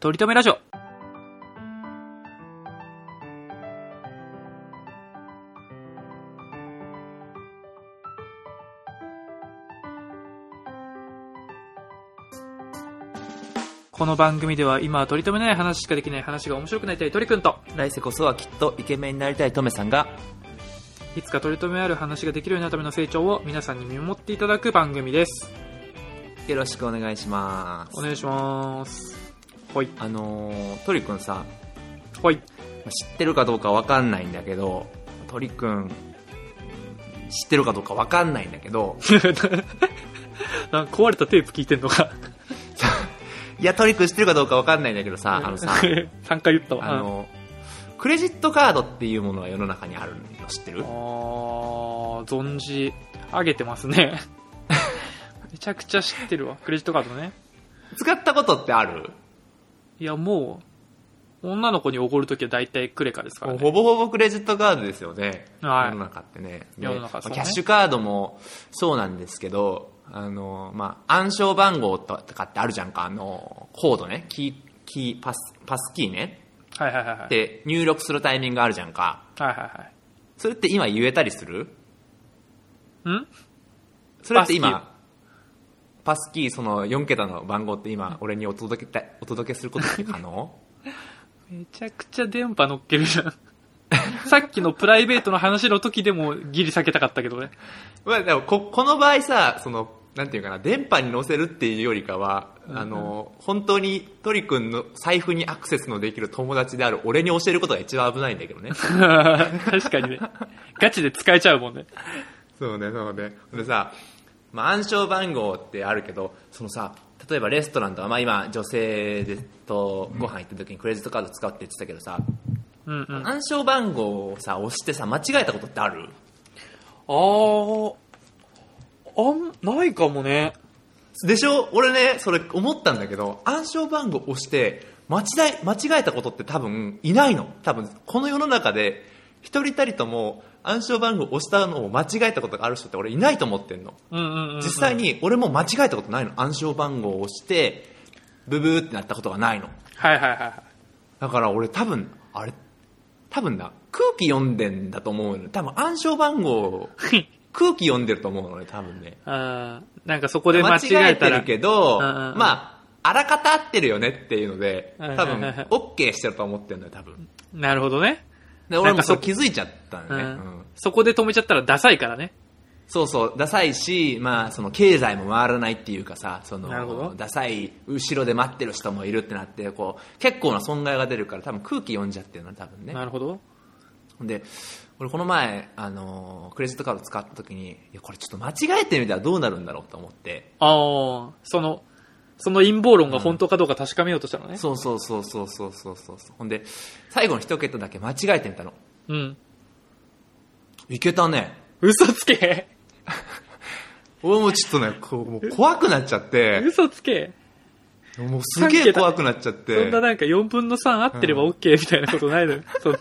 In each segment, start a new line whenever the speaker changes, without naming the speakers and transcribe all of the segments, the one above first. とりとめラジオ。この番組では今は取り留めない話しかできない話が面白くなりたい鳥くんと、
来世こそはきっとイケメンになりたいトメさんが
いつか取り留めある話ができるようになるための成長を皆さんに見守っていただく番組です。
よろしくお願いしま
お
す
願いします。ほい。
あのー、トリくんさ
ほい。
知ってるかどうかわかんないんだけどトリくん知ってるかどうかわかんないんだけ ど
なんか壊れたテープ聞いてんのか。
いやトリくん知ってるかどうかわかんないんだけどさあの さ
3回言ったわ。
あのクレジットカードっていうものは世の中にあるの知って
うん
る
あー存じ上げてますね。 めちゃくちゃ知ってるわ。クレジットカードね。
使ったことってある
いや、もう、女の子におごるときは大体クレカですからね。
ほぼほぼクレジットカードですよね、
はい
世の中ってね
世の中
で
そうね
キャッシュカードもそうなんですけどあの、まあ、暗証番号とかってあるじゃんかあのコードねキーキーパスパスキーね
はいはいはいはい。は
っ
い
て入力するタイミングあるじゃんか
は
それって今言えたりする
いはい。ん
それ
パ
って
ス
今パスキーその4桁の番号って今俺にお届けたお届けすることって可能
めちゃくちゃ電波乗っけるじゃん。 さっきのプライベートの話の時でもギリ避けたかったけどね。
まあ、でもここの場合さそのなんていうかな電波に乗せるっていうよりかは、あの本当にトリ君の財布にアクセスのできる友達である俺に教えることが一番危ないんだけど ね
確かにね。ガチで使えちゃうもんね。
そうねそうねでさ、まあ、暗証番号ってあるけどそのさ例えばレストランとか、まあ、今女性でとご飯行った時にクレジットカード使うって言ってたけどさ、
うんうん。あ
暗証番号をさ押してさ間違えたことってある
ー、あん、ないかもね。
でしょ俺ねそれ思ったんだけど暗証番号押して間違え間違えたことって多分いないの多分この世の中で一人たりとも暗証番号押したのを間違えたことがある人って俺いないと思ってんの
うんうんうん。
実際に俺も間違えたことないの暗証番号を押してブブーってなったことがないの
はいはいはいはい。
だから俺多分あれ多分な空気読んでんだと思うの多分暗証番号を空気読んでると思うのね多分ね
あーなんかそこで間
間
違
違
え
え
た
て
ら。
るけど、
うんうんうん
まああらかた合ってるよねっていうので多
うんうんうん
分 OK してると思ってるのよ多分
なるほどね。
で
な
俺
んか
も
そ
そう気づいちゃった
う
の
ん
ね、うん
そこで止めちゃったらダサいからね。
そうそうダサいし、まあ、その経済も回らないっていうかさそ
なるほど
のダサい後ろで待ってる人もいるってなってこう結構な損害が出るから多分空気読んじゃってるの多分ね
なるほど。
で俺この前、あのクレジットカード使った時にいやこれちょっと間違えてみたらどうなるんだろうと思って
ああ、その、その陰謀論が本当かどうか確かめようとしたのね。
そうそうそうそうそうそうそうほんで最後の一桁だけ間違えてみたの
うん。
いけたね
嘘つけ
俺もちょっとねこうもう怖くなっちゃって
嘘つけ
もうすげえ怖くなっちゃっ
そん
て
ななんか4分の3合ってれば OK みたいなこと ないのよ。そんな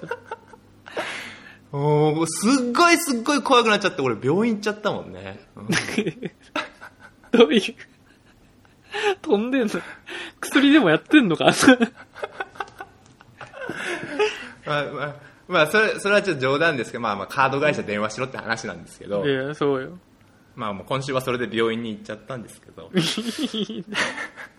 もうすっごいすっごい怖くなっちゃって俺病院行っちゃったもんね、うん
どういう、飛んでんの薬でもやってんのか
まあまあまあそれそれはちょっと冗談ですけど、まあ、まあカード会社電話しろって話なんですけど
い、や、そうよ。
まあ、もう今週はそれで病院に行っちゃったんですけど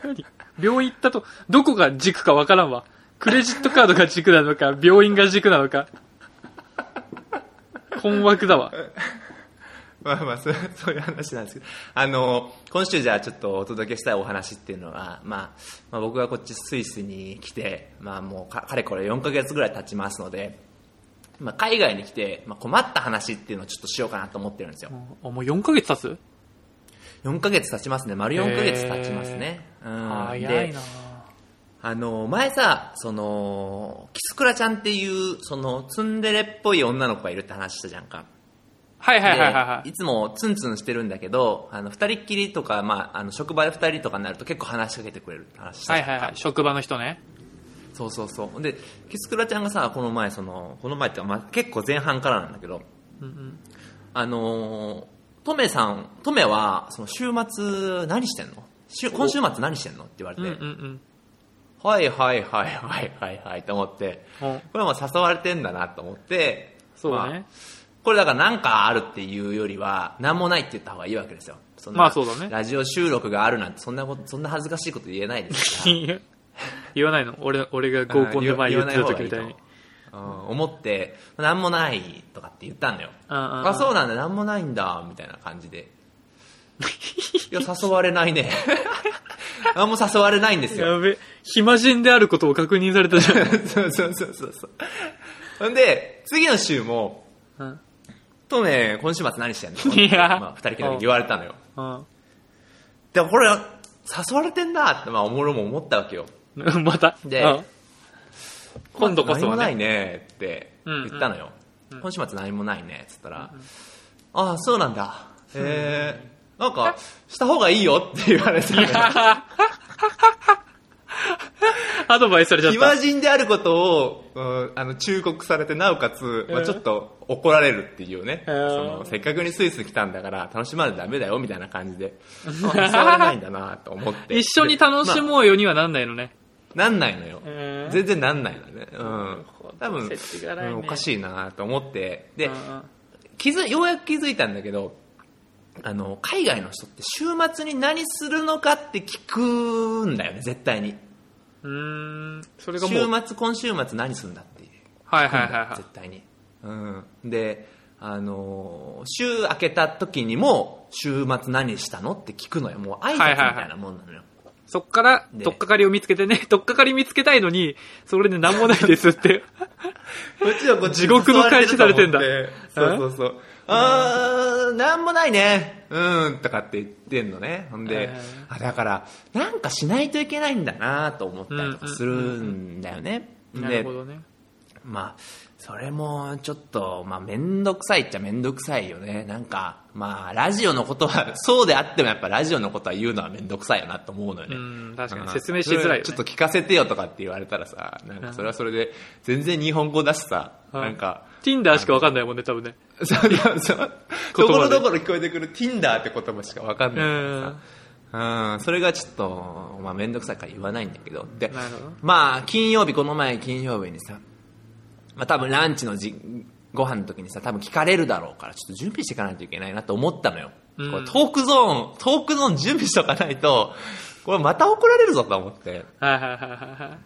何病院行ったと、どこが軸かわからんわ。クレジットカードが軸なのか、病院が軸なのか。困惑だわ。
まあまあそれそういう話なんですけどあの今週じゃあちょっとお届けしたいお話っていうのは、まあ、まあ僕がこっちスイスに来て、まあ、もうかかれこれ4ヶ月ぐらい経ちますので、まあ、海外に来て、まあ、困った話っていうのをちょっとしようかなと思ってるんですよ
あ、もう4ヶ月経つ
4ヶ月経ちますね丸4ヶ月経ちますね、うん
早い
で
な
あの前さそのキスクラちゃんっていうそのツンデレっぽい女の子がいるって話したじゃんか
はいはいはいはいはいい。
つもツンツンしてるんだけどあの二人っきりとか、まあ、あの職場で二人とかになると結構話しかけてくれるって話した
は
じ
い
ゃん
はいはい。職場の人ね。
そうそうそうほんでキスクラちゃんがさこの前そのこの前っていうか、まあ、結構前半からなんだけど
うんうん。
あのートメさんトメはその週末何してんの週今週末何してんのって言われ
う
て、
んうんうん。
はいはいはいはいはいはいと思って、
うん
これはもう誘われてんだなと思って、
そうだ
まあ
ね。
これだから何かあるっていうよりは、何もないって言った方がいいわけですよ。そんな
まあそうだね
ラジオ収録があるなんて、そんなこと、そんな恥ずかしいこと言えないですから。
言わないの俺、俺が 合コンで前言ってた時みたいに。
うん思って、何もないとかって言ったんだよ。
うんうんうん
あ、そうなんだ、何もないんだ、みたいな感 じで。いや、誘われないね。何も誘われないんですよ。
やべ、暇人であることを確認されたじ
そうそうそうそうそう。ほんで、次の週も、
ゃん。
とね、今週末何してんの
いや
まあ、二人きりで言われたのよ。
うん。
でもこれ、誘われてんなって、まあ、おもろも思ったわけよ。
うん。また。
で
うん今度こそ
何も
は
ない
ね。
ねって言ったのよ。今週末何もないねって言ったら、ああ、そうなんだ。えー、なんか、した方がいいよって言われて、
アドバイスされちゃった
暇。人であることを、うんあの忠告されてなおかつ、まあ、
うん
ちょっと怒られるっていうね、
うん
そのせっかくにスイス来たんだから楽しまないとダメだよみたいな 感じであ誘われないんだなと思って
一緒に楽しもうよにはなんないのね。
なんないのよ、
うん
全然なんないのね、うん
ほど、
多分、
設置がないね
うんおかしいなと思ってで、
うんうん
気づようやく気づいたんだけどあの海外の人って週末に何するのかって聞くんだよね絶対に
うーん。それ
週
がもう。はい
末今週末何するんだっていう
はいはいはい
絶。対に、うん、で、あのー週明けた時にも週末何したのって聞くのよもう挨拶み
はいはいはい
たいなもんなのよ、
そっから、
で
とっかかりを見つけてね、 とっかかり見つけたいのに、それで何もないですって。
こっちはこっち
地獄の返しされてんだ
そうそうそうあーなんもないねうんとかって言ってんのねほんで、
え
あだからなんかしないといけないんだなと思ったりとかするんだよ ね、
な
で
るほどね。
まあ、それもちょっと、まあ、めんどくさいっちゃめんどくさいよね。なんか、まあ、ラジオのことは、そうであってもやっぱラジオのことは言うのはめんどくさいよなと思うのよね。
うん、確か
うん
に説明しづらいよ、ね。
それちょっと聞かせてよとかって言われたらさ、なんかそれはそれで、全然日本語だしさ、
うん
なんか、
Tinder しかわかんないもんね、多分ね。
そうそうそう。
言
とこ
葉
ろ
で
どころ聞こえてくる Tinder って言葉しかわかんないからさ。うん、それがちょっと、まあ、めんどくさいから言わないんだけど。で
なるほど、
まあ、金曜日、この前金曜日にさ、まあ、多分ランチのじご飯の時にさ、多分聞かれるだろうから、ちょっと準備していかないといけないなと思ったのよ。
うん
これトークゾーン、トークゾーン準備しとかないと、これまた怒られるぞと思って。
はいはいはいはいは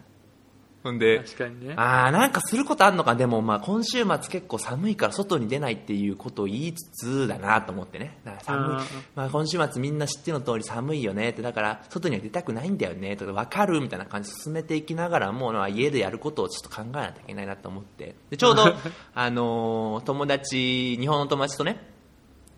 ほん
い。
で、
確かにね。
あーなんかすることあんのかでもまあ今週末結構寒いから外に出ないっていうことを言いつつだなと思ってねだから
うんうんう
寒
ん
い、まあ、今週末みんな知っての通り寒いよねってだから外には出たくないんだよねとか分かるみたいな感じで進めていきながらもうまあ家でやることをちょっと考えなきゃいけないなと思ってでちょう ど、あのー友達日本の友達とね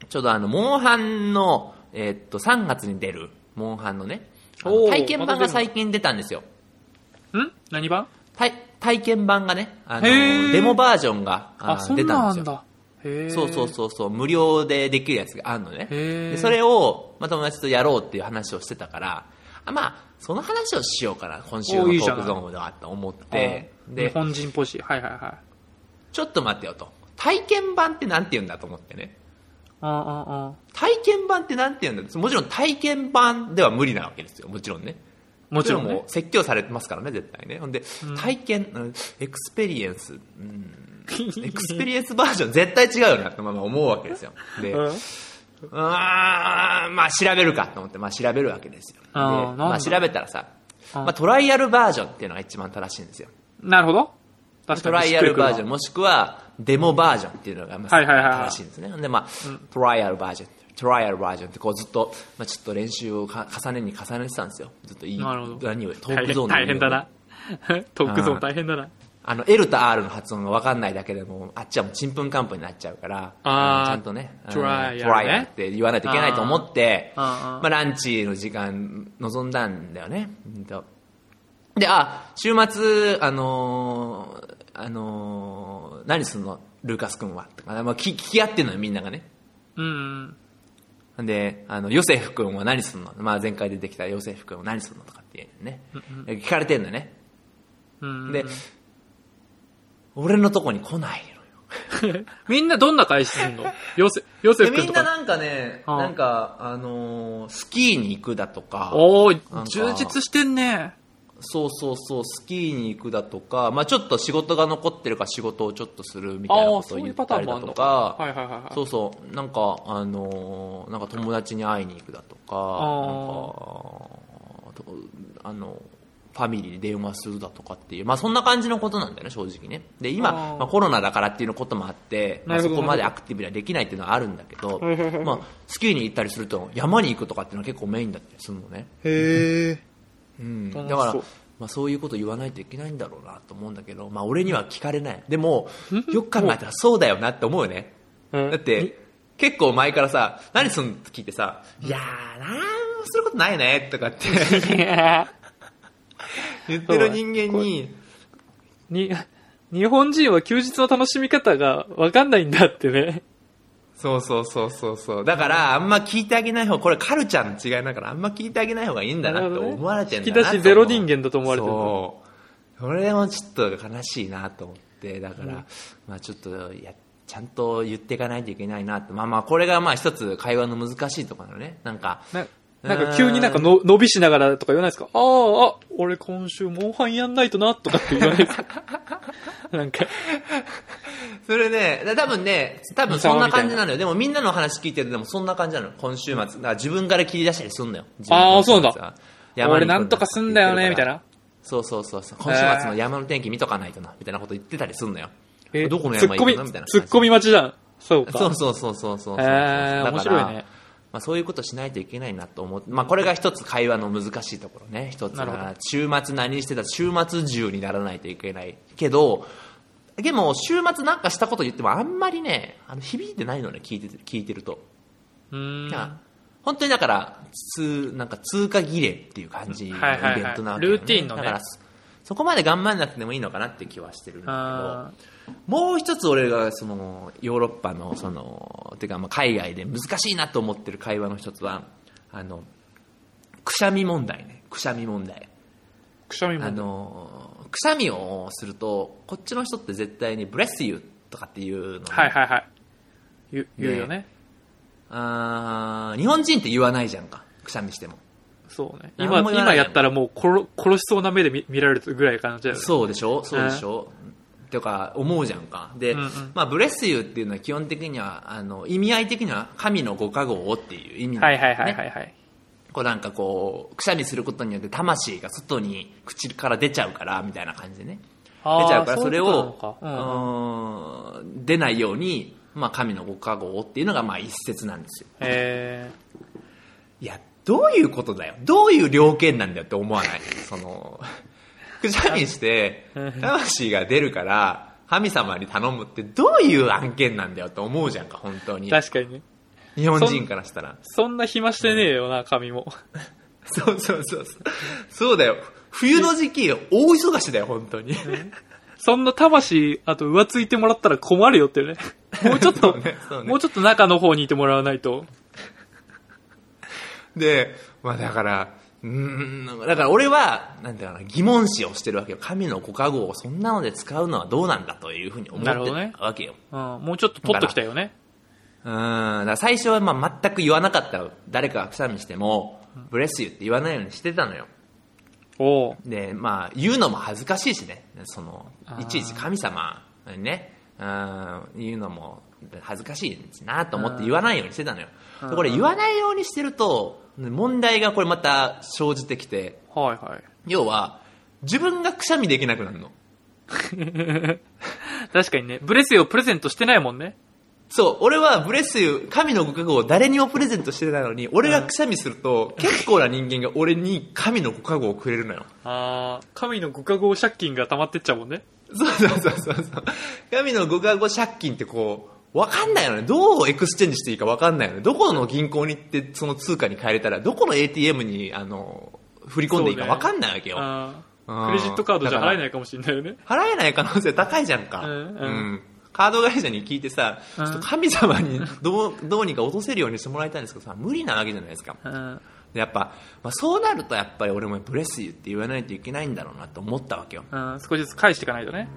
ちょうどあのモンハンの、えーっと3月に出るモンハンのねあの
おー
体験版
また出る
が
の
最近出たんですよ
ん何版
体体験版がね、あの
へー
デモバージョンが
あ、
の
そ
出
ん
た
なんん
ですよ。
だ。へえ。
そうそうそうそう、無料でできるやつがあるのね。
へー
でそれを、まあ、友達とやろうっていう話をしてたから、あまあ、その話をしようかな、今週の
お
ト
いいじゃ
ー
ない
クゾーンではと思っ
あー
て、
日
で、
本人ポジ。はいはいはい。
ちょっと待ってよと。体験版ってなんて言うんだと思ってね。
ああ、ああ。
体験版ってなんて言うんだってもちろん体験版では無理なわけですよ、もちろんね。
もちろん、
でも
ね
う。説教されてますからね、絶対ね。ほんで、体験、うんエクスペリエンス、うん、 エクスペリエンスバージョン絶対違うよなってまあまあ思うわけですよ。で、う
うん
ーんまあ調べるかと思って、まあ調べるわけですよ。で、
あーなんだ
まあ調べたらさ、
あー
まあトライアルバージョンっていうのが一番正しいんですよ。
なるほど。確か
ト
に
ライアルバージョン
ン。
もしくはデモバージョンっていうのがまあ
はいはいはいはい
正しいんですね。で、まあ、トライアルバージョン。トライアルバージョンってこうずっと、まあ、ちょっと練習をか重ねに重ねてたんですよ。ずっといい、
なるほど
何を、トークゾーンの
大変大変だ
何を
な。 トークゾーン大変だな。
あの、L と R の発音が分かんないだけでも、あっちはもうちんぷんかんぷんになっちゃうから、
あー
うんちゃんとね、うん
try やね
トライアルって言わないといけないと思って、
あーあー
まあランチの時間望んだんだよね。うんとで、あ、週末、あのーあのー何すんのルーカス君は。とか、まあ、聞聞き合ってんのよ、みんながね。
うんうん。
で、あの、ヨセフ君は何すんのまあ前回出てきたヨセフ君は何すんのとかっていうね。で聞かれてんのよね。
うんうん。
で、俺のとこに来ないのよ。
みんなどんな返しすんのヨセ、ヨセ
で
フ君
みん
と
な
か。
なんかね、
うん
なんか、あのースキーに行くだとか、
おお
なんか
充実してんね。
そうそうそうスキーに行くだとか、まあ、ちょっと仕事が残ってるから仕事をちょっとするみたいなことを言ったりだとか
はいはいはいはい
そうそうなんかあのーなんか友達に会いに行くだとかなんかとあのファミリーに電話するだとかっていう、まあ、そんな感じのことなんだよね正直ねで今
あー
まあ、コロナだからっていうこともあって、まあ
なる
そ
ほど
こまでアクティブにはできないっていうのはあるんだけど
はいはいはい、
まあ、スキーに行ったりすると山に行くとかっていうのは結構メインだったりするのね
へえ
うん、だ
楽し
か
そう
ら、まあ、そういうこと言わないといけないんだろうなと思うんだけど、まあ、俺には聞かれないでもよく考えたらそうだよなって思うよね
うん
だって結構前からさ何すんのって聞いてさ「いやーなんもすることないね」とか って言ってる人間に
に、日本人は休日の楽しみ方がわかんないんだってね。
そうそうそうそうそうだからあんま聞いてあげない方これカルチャーの違いだからあんま聞いてあげない方がいいんだなって思われてるんだな
なるほどね引き出しゼロ人間だと思われてるんだ
そうそれもちょっと悲しいなと思ってだから、まあちょっといやちゃんと言っていかないといけないなってまあまあこれがまあ一つ会話の難しいところだねなんか
ななんか急になんかの伸びしながらとか言わないですかああ、あ、俺今週モンハンやんないとな、とかって言わないですか なんか、
それね、だ多分ね、多分そんな感じなのよ。でもみんなの話聞いてるでもそんな感じなのよ。今週末。だから自分から切り出したりすんのよ。
あー
自分
そ
の
う
今週末は。山
俺
に行く
なんとかすんだよね、みたい。な。
そうそうそうそう。今週末の山の天気見とかないとな、みたいなこと言ってたりすんのよ。
え
どこの
ツッ
山
コ
行
ミ、
くのみたいな感じ。
ツッコミ待ちじゃん。そうか。
そうそうそうそうそうそう。
へー
だから
面白いね
まあ、そういうことしないといけないなと思って、まあ、これが一つ会話の難しいところね。一つ
なるほ
が、週末何してた週末中にならないといけないけど、でも、週末なんかしたこと言っても、あんまりね、あの響いてないのね、聞いてて聞いてると。
うーん。
だから本当にだから、つなんか通過儀礼っていう感じのイ
はいはいはい
ベントなわけよ、
ルーティンのね
だから、そそこまで頑張んなくてもいいのかなって気はしてるんだけど
あ。
もう一つ俺がそのヨーロッパのそのてかまあ海外で難しいなと思ってる会話の一つはあのくしゃみ問題ねくしゃみ問題
ーくしゃみも
あ。のくしゃみをするとこっちの人って絶対に「ブレスユー」とかっていうの、
はいはいはい。言う言うよね。
あー日本人って言わないじゃんかくしゃみしても
そうね。
何
今、
も言わな
今
い
や
よね
ったらもう殺殺しそうな目で見見られるぐらい感じだよね。
そうでしょそうでしょ、とか思うじゃんかで、
うんうん
まあ、ブレスユーっていうのは基本的にはあの意味合い的には神のご加護をっていう意味なんだ
はい
よね
はいはいはいはい。
こうなんかこう、くしゃみすることによって魂が外に口から出ちゃうから、みたいな感じでね。
あー
出ちゃうから、それ
ういう
を
こと
う
なのかうんうん
ーん出ないように、まあ神のご加護をっていうのがまあ一説なんですよ。
え
いや、どういうことだよ。どういう条件なんだよって思 わない。その、くしゃみして、魂が出るから、神様に頼むってどういう案件なんだよって思うじゃんか、本当
ー
に。
確かにね。
日本人からしたら。
そんな暇してねえよな、髪も。
そうそうそうそう。そうだよ。冬の時期、大忙しだよ、本当に。
そんな魂、あと浮ついてもらったら困るよってね。もうちょっと、
そうねそうね
もうちょっと中の方にいてもらわないと。
で、まあだから、うーん、だから俺は、なんていうかな、疑問視をしてるわけよ。神のご加護をそんなので使うのはどうなんだというふうに思って
なるほどね
たわけよ。
うん、もうちょっと取っときたいよね。
うーん、だから最初はまあ全く言わなかった誰かがくしゃみしても、ブレスユーって言わないようにしてたのよ。
おう
で、まあ、言うのも恥ずかしいしね。その
あ、ー
いちいち神様にね、うん、言うのも恥ずかしいなと思って言わないようにしてたのよ。でこれ言わないようにしてると、問題がこれまた生じてきて、
はいはい。
要は、自分がくしゃみできなくなるの。
確かにね、ブレスをプレゼントしてないもんね。
そう、俺はブレスユー、神のご加護を誰にもプレゼントしてないのに、俺がくしゃみすると、結構な人間が俺に神のご加護をくれるのよ。
あー神のご加護借金が溜まってっちゃうもんね。
そうそうそうそうそう。神のご加護借金ってこう、わかんないよね。どうエクスチェンジしていいかわかんないよね。どこの銀行に行ってその通貨に変えれたら、どこの ATM に、あの、振り込んでいいかわかんないわけよ。
あ
う
ー
ん
クレジットカードじゃ払えな
だ
いかもしれないよね。
から払えない可能性高いじゃんか。
うんうん
カード会社に聞いてさ、ち
うん
ょっと神様に どうどうにか落とせるようにしてもらいたいんですけどさ、無理なわけじゃないですか。
うん。
でやっぱ、まあ、そうなるとやっぱり俺もブレスユーって言わないといけないんだろうなと思ったわけよ。
うん、少しずつ返していかないとね。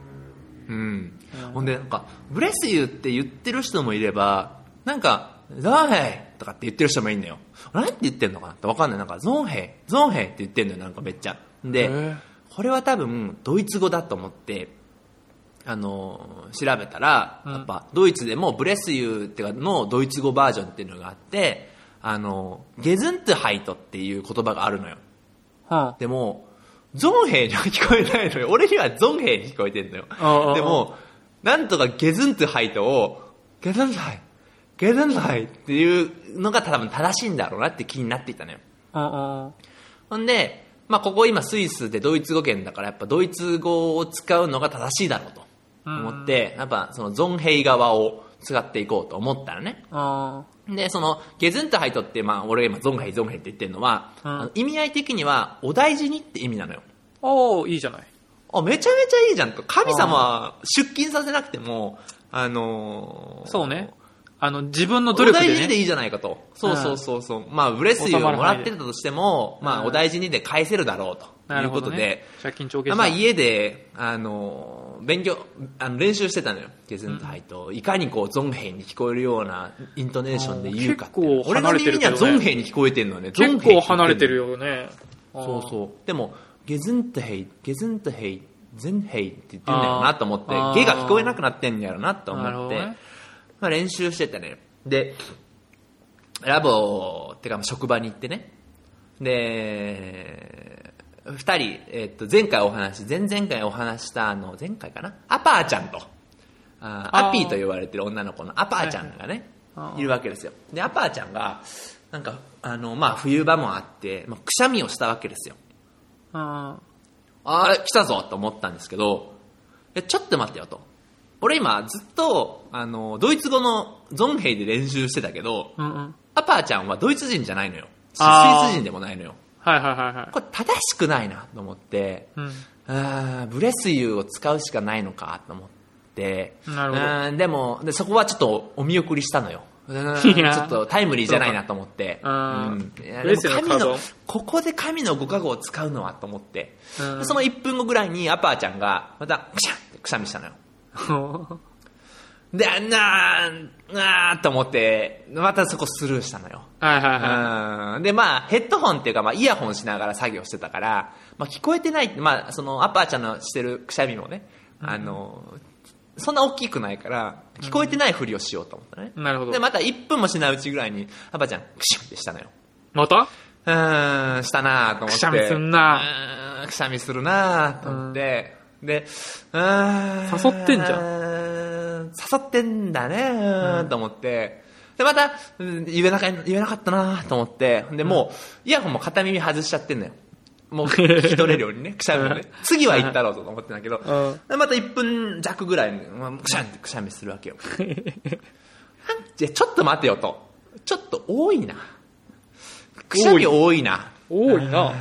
うん
うん、
ほんでなんか「ブレスユー」って言ってる人もいればなんか「ゾンヘイ」とかって言ってる人もいるんだよなんて言ってんのかなってわかんないなんか「ゾンヘイ」「ゾンヘイ」って言ってんのよなんかめっちゃで、
へー
これは多分ドイツ語だと思ってあの調べたら、
うん
やっぱドイツでもブレスユーっていうかのドイツ語バージョンっていうのがあってあのゲズントハイトっていう言葉があるのよ
は
でもゾンヘイには聞こえないのよ俺にはゾンヘイに聞こえてんのよ
ああ
でもなんとかゲズントハイトをゲズントハイゲズントハイっていうのが多分正しいんだろうなって気になっていたのよ
あ。うんうん。
ほんで、まあ、ここ今スイスでドイツ語圏だからやっぱドイツ語を使うのが正しいだろうと思って、やっぱそのゾンヘイ側を使っていこうと思ったらね。
あ
で、そのゲズントハイトって、まあ、俺が今ゾンヘイゾンヘイって言ってるのは、
うん
あの意味合い的にはお大事にって意味なのよ。
あ。おーいいじゃない。
あ、めちゃめちゃいいじゃんと。神様は出勤させなくても、あのー
そうね。あの、自分の
お
努力
大事
で
にで
ね。
いいじゃないかと。そうそうそうそう。まあ、ブレスユーをもらってたとしても、
まら
ま
な
あ、
いで
お大事にで返せるだろうと
ないる
う
ほ
こ
ど
とで、
ね。借金帳消し
まあ、
だ
家で、あの、勉強、あの練習してたのよ。ゲズンとハイと、いかにこう、ゾンヘイに聞こえるようなイントネーションで言うかっていう
あー結構離れてるけどね
俺の耳にはゾンヘイに聞こえてるのね。ゾンヘイ
結
って言
構
ってんの
離れてる。よね。
そうそう。でも、ゲズンとヘイ、ゲズンとヘイ、ゼンヘイって言ってんだよなと思って
あー、
ゲが聞こえなくなってんやろなと
なるほ
思っ
ど
て、
ね
まあ、練習してたね。で、ラボってかまあ職場に行ってねで2人、えっと前回お話前々回お話したあの前回かなアパーちゃんとあ
あー
アピーと言われてる女の子のアパーちゃんがね、
はい
い
はい
るわけですよでアパーちゃんがなんかあの、まあ、冬場もあって、まあ、くしゃみをしたわけですよ
うん。あ
ああ、来たぞと思ったんですけど、いやちょっと待ってよと。俺今ずっと、あの、ドイツ語のゾンヘイで練習してたけど、
ーうんうん。
アパーちゃんはドイツ人じゃないのよ。スス
あー
イス人でもないのよ。
はいはいはいはい。
これ正しくないなと思って、
うん。
あーブレスユーを使うしかないのかと思って、
なるほど
うーんでもで、そこはちょっとお見送りしたのよ。うーん
い
ちょ
や
っとタイムリーじゃないなと思って。
うん
うんいや
ブレ
でも
スユーの
神
カー
の
ド、
ここで神のご加護を使うのはと思って。
うん
でその1分後ぐらいにアパーちゃんが、また、くしゃってくしゃみしたのよ。で、あんなー、なーと思って、またそこスルーしたのよ。
はいはいはい。
うんで、まあ、ヘッドホンっていうか、まあ、イヤホンしながら作業してたから、まあ、聞こえてないって、まあ、その、アパーちゃんのしてるくしゃみもね、あの、そんな大きくないから、聞こえてないふりをしようと思ったね。
なるほど
で、また1分もしないうちぐらいに、アパーちゃん、クシュンってしたのよ。
また
うーん、したなぁと思って。
くしゃみすんな
うーんくしゃみするなぁと思って。で、うーん。
誘ってんじゃん
ん。誘ってんだねーと思って。で、また、うん言えなか言えなかったなぁと思って。で、もう、イヤホンも片耳外しちゃってんのよ。もう、聞き取れるようにね、くしゃみをね。次は行ったろうと思ってんだけど。
うん
で、また1分弱ぐらいに、まあくしゃみってくしゃみするわけよ。 じゃあちょっと待てよと。ちょっと多いな。くしゃみ多いな。
多いな。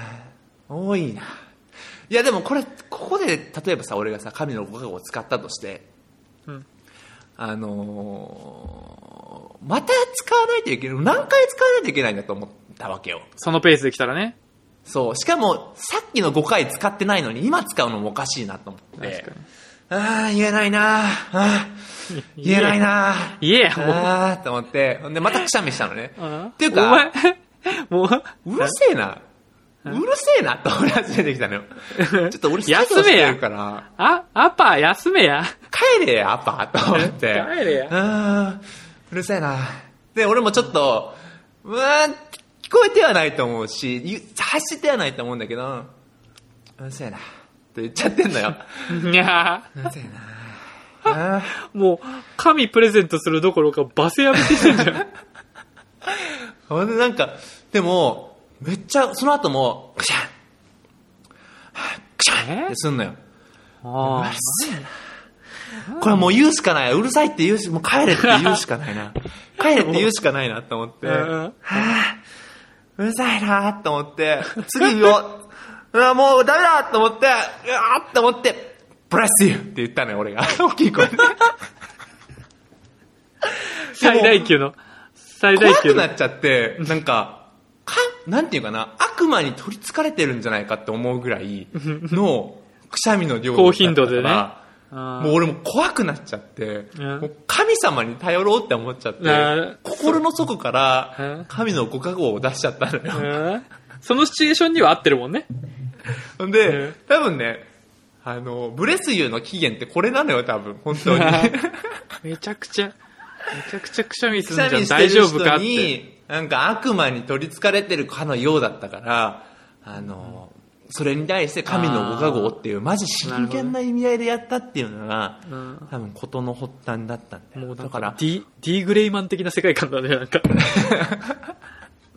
多いな。いやでもこれ、ここで例えばさ、俺がさ、神のご加護を使ったとして、
うん
あのーまた使わないといけない。何回使わないといけないんだと思ったわけよ。
そのペースできたらね。
そう。しかも、さっきの5回使ってないのに、今使うのもおかしいなと思って
確か。
ああ、言えないなああー言えないなあ
言えや、もう。
あーと思って、ほんでまたくしゃみしたのね。
うん
っていうか
お前、もう、
うるせえな。うるせえなって俺は出てきたのよ。ちょっと俺作業
休
し
め
て
や
るから、
あ、アパー休めや。
帰れや、アパと思って。
帰れや
や。うるせえな。で、俺もちょっと、うーん、聞こえてはないと思うし、言う走ってはないと思うんだけど、うるせえな。って言っちゃってんのよ。
いや
うるせえな。あー
もう、神プレゼントするどころか、罵声浴びてきてんじゃん。
ほんでなんか、でも、めっちゃ、その後も、クシャンクシャンってすんのよ。う
あ
るせえな。これもう言うしかない。うるさいって言うし、もう帰れって言うしか ないな。帰れって言うしかないなと思って。
うん うん
はあうるさいなと思って。次を、う わもうダメだと思って、うわーって思って、ブレスユーって言ったのよ、俺が。 大きい声で。
最大級の、最大
怖
級
く
の
な。っちゃって、なんか、か、なんていうかな、悪魔に取り憑かれてるんじゃないかって思うぐらいの、くしゃみの量だったから
高頻度でねあ
もう俺も怖くなっちゃって、
うん
もう神様に頼ろうって思っちゃっ
うん
て、心の底か
うん
ら神のご加護を出しちゃったの
ー
よ。
うんそのシチュエーションには合ってるもんね。
ほんで
ね、
多分ね、あの、ブレスユーの起源ってこれなのよ、多分、本当に。
めちゃくちゃ、めちゃくち ゃくしゃみす
くし
る
ゃ
んじゃ
み
ん。
して
大
る
丈夫か
人
って。
に、なんか悪魔に取り憑かれてるかのようだったから、あの、それに対して神のご加護っていう、マジ真剣な意味合いでやったっていうのが、
うん
多分事の発端だったんだよ。
もうな
だ
ん
か、
から D、D グレイマン的な世界観だね、なんか。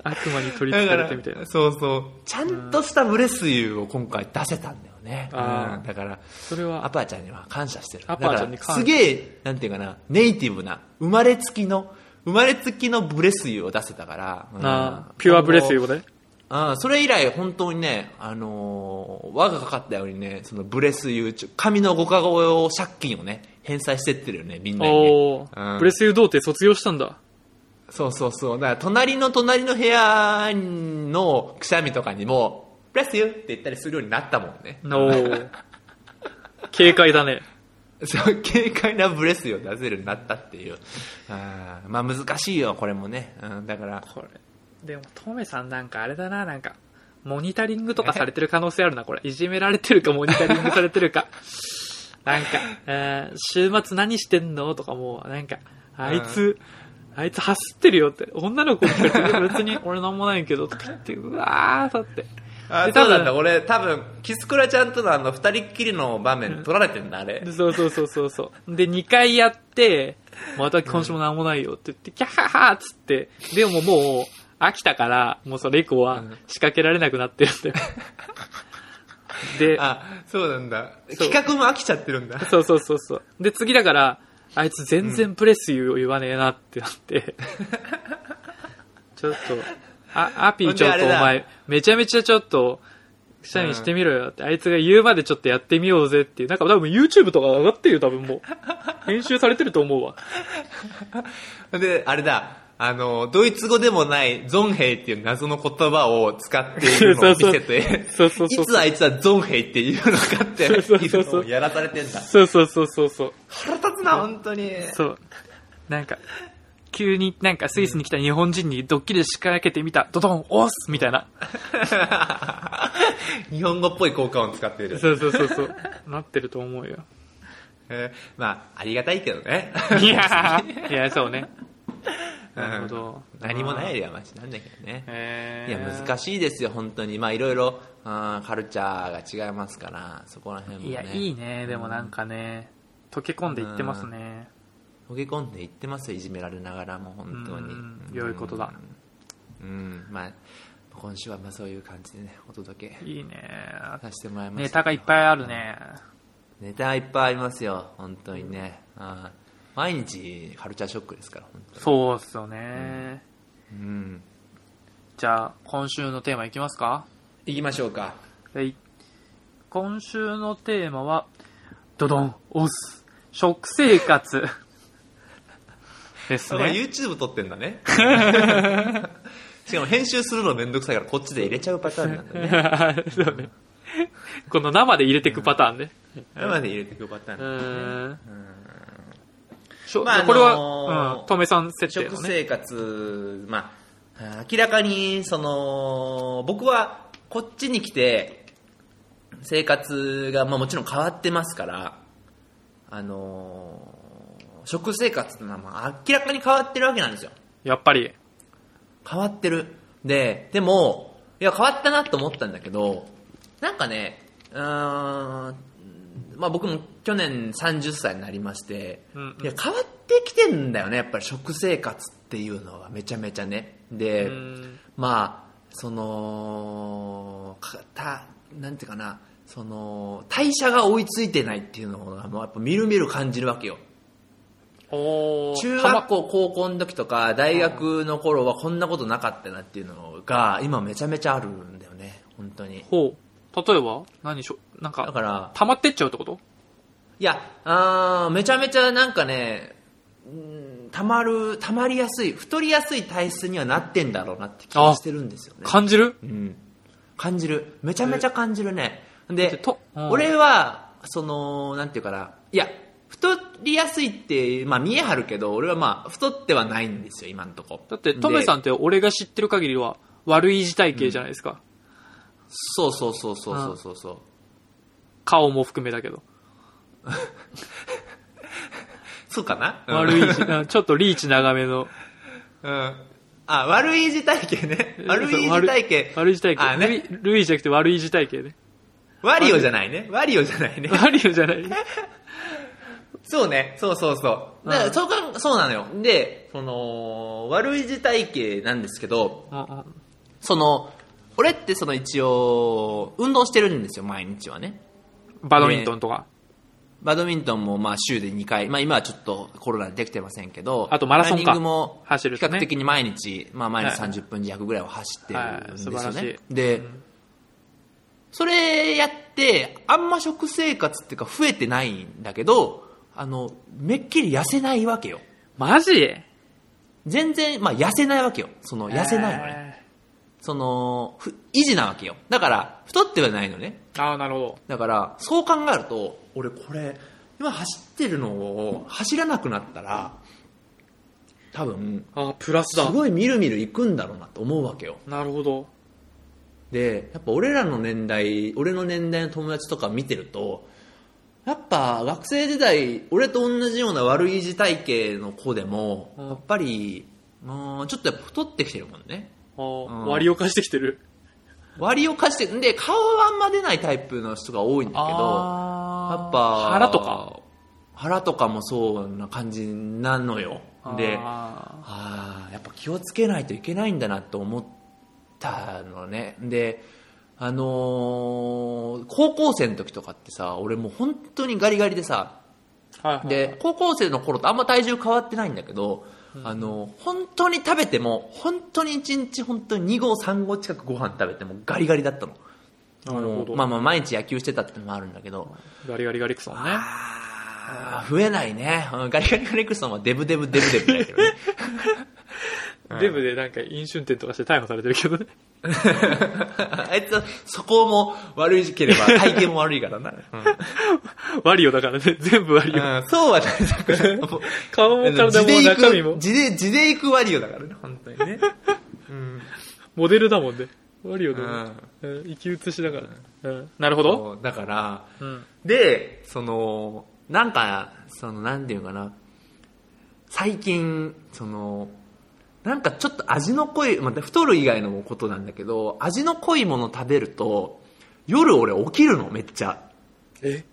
悪魔に取り憑かれてみたいな
だから。そうそう。ちゃんとしたブレスユーを今回出せたんだよね。
あー
うんだから、
それは
ア、パーちゃんには感謝してる。
アパーちゃんに感謝
だからすげえ、なんていうかな、ネイティブな、生まれつきの、生まれつきのブレスユーを出せたから。うん
なピュアブレスいうことね。
ああそれ以来本当にね、あのー輪がかかったようにねそのブレスユー神のご加護を借金をね返済してってるよねみんなにね、
おー、
うん
ブレスユー童貞卒業したんだ。
そうそうそうだから隣の隣の部屋のくしゃみとかにもブレスユーって言ったりするようになったもんね
お ー。警戒だね。
そう軽快なブレスユーを出せるようになったっていうあーまあ難しいよこれもね、うん、だから
これ。でも、トメさんなんかあれだな、なんか、モニタリングとかされてる可能性あるな、これ。いじめられてるか、モニタリングされてるか。 なんか、えー週末何してんのとかもう、なんか、あいつ、あいつ走ってるよって、女の子に聞かれて別に俺なんもないけど、とか言って、うわー、だって。
あ
で
そうなん
多
だ
分
俺多分キスクラちゃんとのあの二人っきりの場面撮られてんだあれ
でそうそうそうそうそう。で、2回やって、また今週も何もないよって言って、キャハハっつって、でももう、飽きたから、もうそれ以降は
うん
仕掛けられなくなってるんだよ。で、
あ、そうなんだ。
そう
企画も飽きちゃってるんだ。
そうそうそうそう。で、次だから、あいつ全然プレス言う言わねえなってな って、ちょっと、あ、アピーちょっとお
ほんであれ
前、めちゃめちゃちょっと、くしゃみしてみろよって、あいつが言うまでちょっとやってみようぜっていう。なんか多分 YouTube とか上がってるよ、多分もう。編集されてると思うわ。
で、あれだ。あの、ドイツ語でもないゾンヘイっていう謎の言葉を使っている のを見せて、
そうそうそうそうそうそうそう
いつあいつはゾンヘイっていうのかって
そうそうそうそう
いうのをやらされてんだ。
そうそうそうそうそう。
腹立つな、本当に。
そう。なんか、急になんかスイスに来た日本人にドッキリで仕掛けてみた、ドドン、押すみたいな。
日本語っぽい効果音使っている。
そうそうそうそう。 なってると思うよ。
えーまあ、ありがたいけどね。
いや ーいや、そうね。なるほど
うん 何もないよりはマシなんだけどね。
え
いや難しいですよ本当にまあいろいろうんカルチャーが違いますからそこら辺も、ね、
いや、いいね。でもなんかね、溶け込んでいってますね。
溶け込んでいってますよいじめられながらも本当に
うん良いことだ
うんまあ今週はまあそういう感じでねお届け
いいね。
させてもらいました
ネタがいっぱいあるね。
ネタいっぱいありますよ本当にね、うん毎日カルチャーショックですから本当に
そうっすよね。
うん
じゃあ、今週のテーマいきますか
行きましょうか
はい。今週のテーマは、ドドン、オス、食生 活。です
だから
ね。
YouTube 撮ってんだ ねしかも編集するのめんどくさいからこっちで入れちゃうパターンなんだね
そうねこの生で入れていくパターンね。
生で入れてくパターン
うーん。しょ
まあ
これ
あ
は
の、ー
とめさん設定
食
のね。
生活、まあ、明らかにその僕はこっちに来て生活が、まあ、もちろん変わってますから、あのー食生活ってのは、まあ、明らかに変わってるわけなんですよ
やっぱり。
変わってるででもいや変わったなと思ったんだけどなんかねうーん、まあ、僕も去年30歳になりまして、
うんうん
いや変わってきてんだよねやっぱり食生活っていうのはめちゃめちゃねで、
うん
まあそのかたなんていうかなその代謝が追いついてないっていうのがもうやっぱみるみる感じるわけよ
おー
中
た
学
ま
校高校の時とか大学の頃はこんなことなかったなっていうのが今めちゃめちゃあるんだよね本当に
ほう。例えば何しょ、なん
だ
か、
から
溜まってっちゃうってこと
いやあーめちゃめちゃなんかねうんたまるたまりやすい太りやすい体質にはなってんだろうなって気がしてるんですよね
感じる
うん、感じるめちゃめちゃ感じるね
で
で
とうん
俺はそのなんていうかないや太りやすいって、まあ、見えはるけど俺はまあ太ってはないんですよ今のとこ
だって、トメさんって俺が知ってる限りは悪い字体系じゃないですか。
そうそうそうそうそうそうそう
顔も含めだけど。
そうかな
悪い
うん、
字、あちょっとリーチ長めの。
うんあ悪い字体型 ね 悪い字体型
悪い字体型。
あ
ルイ
ね
ルイじゃなくて悪い字体型 ね。
ワリオじゃないねワリオじゃないね
悪いよじゃない。
そうね、そうそうそう。だか
うん
らそうかん、そうなのよ。で、その、悪い字体系なんですけど、
うんうん
その、俺ってその一応、運動してるんですよ、毎日はね。
バドミントンとか。
バドミントンもまあ週で2回、まあ今はちょっとコロナでできてませんけど、
あとマラソンか
ランニングも
走る
比
とね
較的に毎日、まあ毎日
はい
30分弱ぐらいは走ってるんですよね。
はい素晴らしい
で、それやって、あんま食生活っていうか増えてないんだけど、あの、めっきり痩せないわけよ。
マジ
全然、まあ、痩せないわけよ。その、痩せないのね。
ね。
その、ふ維持なわけよ。だから、太ってはないのね。
えーああ、なるほど。
だから、そう考えると、俺これ、今走ってるのを走らなくなったら、多分、
ああ、プラス
す
だ。
ごいみるみるいくんだろうなと思うわけよ。
なるほど。
で、やっぱ俺らの年代、俺の年代の友達とか見てると、やっぱ学生時代、俺と同じような悪い字体型の子でも、
うん
やっぱり、うん、ちょっとやっぱ太ってきてるもんね。
あー
うん
割りを貸してきてる。
割を貸して、んで、顔はあんま出ないタイプの人が多いんだけど、や
あ
っぱ、
腹とか。
腹とかもそうな感じなのよ。で、あ
あ
あー、やっぱ気をつけないといけないんだなと思ったのね。で、あのー高校生の時とかってさ、俺もう本当にガリガリでさ、
ーはいはい、
で、高校生の頃とあんま体重変わってないんだけど、あの、本当に食べても、本当に1日本当に2合3合近くご飯食べてもガリガリだったの。
なるほど。
まあまあ毎日野球してたってのもあるんだけど、
ガリガリガリクソンね。
あー増えないね。うんガリガリガリクソンはデブデブデブデブだけどね。
デブでなんか飲酒運転とかして逮捕されてるけどね。
あいつはそこも悪いけ れば体型も悪いからな。
割りよだからね。 全部割りよ。
うん そうはないだから。
顔も体
地
も
で行
中身も
く、。地で、地で行く悪いよだからね、本当にね。うん
モデルだもんね。割りよ
う
だもん
ん
うん生き写しだから。うんなるほど。
そうだから、
うん。
で、その、なんか、その、なんていうかな、最近、その、なんかちょっと味の濃い、まあ、太る以外のことなんだけど、味の濃いもの食べると、夜俺起きるの、めっちゃ。
え